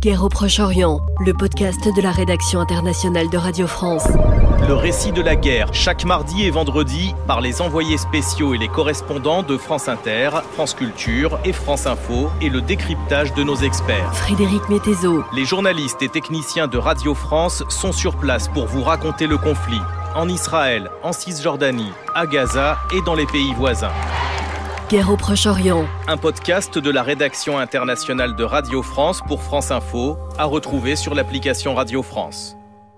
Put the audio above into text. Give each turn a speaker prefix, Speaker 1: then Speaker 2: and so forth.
Speaker 1: Guerre au Proche-Orient, le podcast de la rédaction internationale de Radio France.
Speaker 2: Le récit de la guerre, chaque mardi et vendredi, par les envoyés spéciaux et les correspondants de France Inter, France Culture et France Info, et le décryptage de nos experts.
Speaker 1: Frédéric Métézo,
Speaker 2: Les journalistes et techniciens de Radio France sont sur place pour vous raconter le conflit, en Israël, en Cisjordanie, à Gaza et dans les pays voisins.
Speaker 1: Guerre au Proche-Orient,
Speaker 2: Un podcast de la rédaction internationale de Radio France pour France Info, à retrouver sur l'application Radio France.